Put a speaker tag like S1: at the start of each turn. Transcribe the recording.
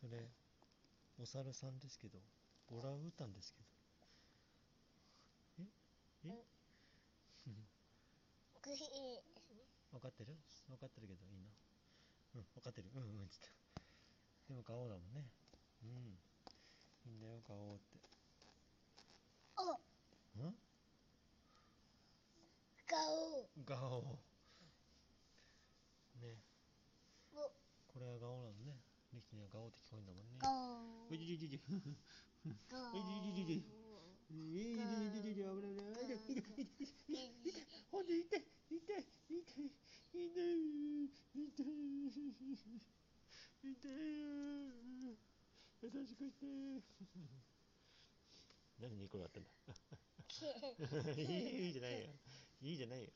S1: これお猿さんですけどオランウータンですけどええ
S2: グイー
S1: 分かってる分かってるけどいいなうん分かってるうんうんつってでも顔だもんねうんいいんだよ顔って
S2: お
S1: うん
S2: 顔
S1: 顔ね
S2: お
S1: これは顔なのねリキには顔って聞こえんだもんね
S2: 顔
S1: うじじじじ
S2: 顔
S1: えいじいじいじえいじいじいじ危ない危ない痛い痛い痛いほんで痛い痛い痛い痛い痛い痛い痛い優しくして 何にころがったんだいいじゃないよいいじゃないよ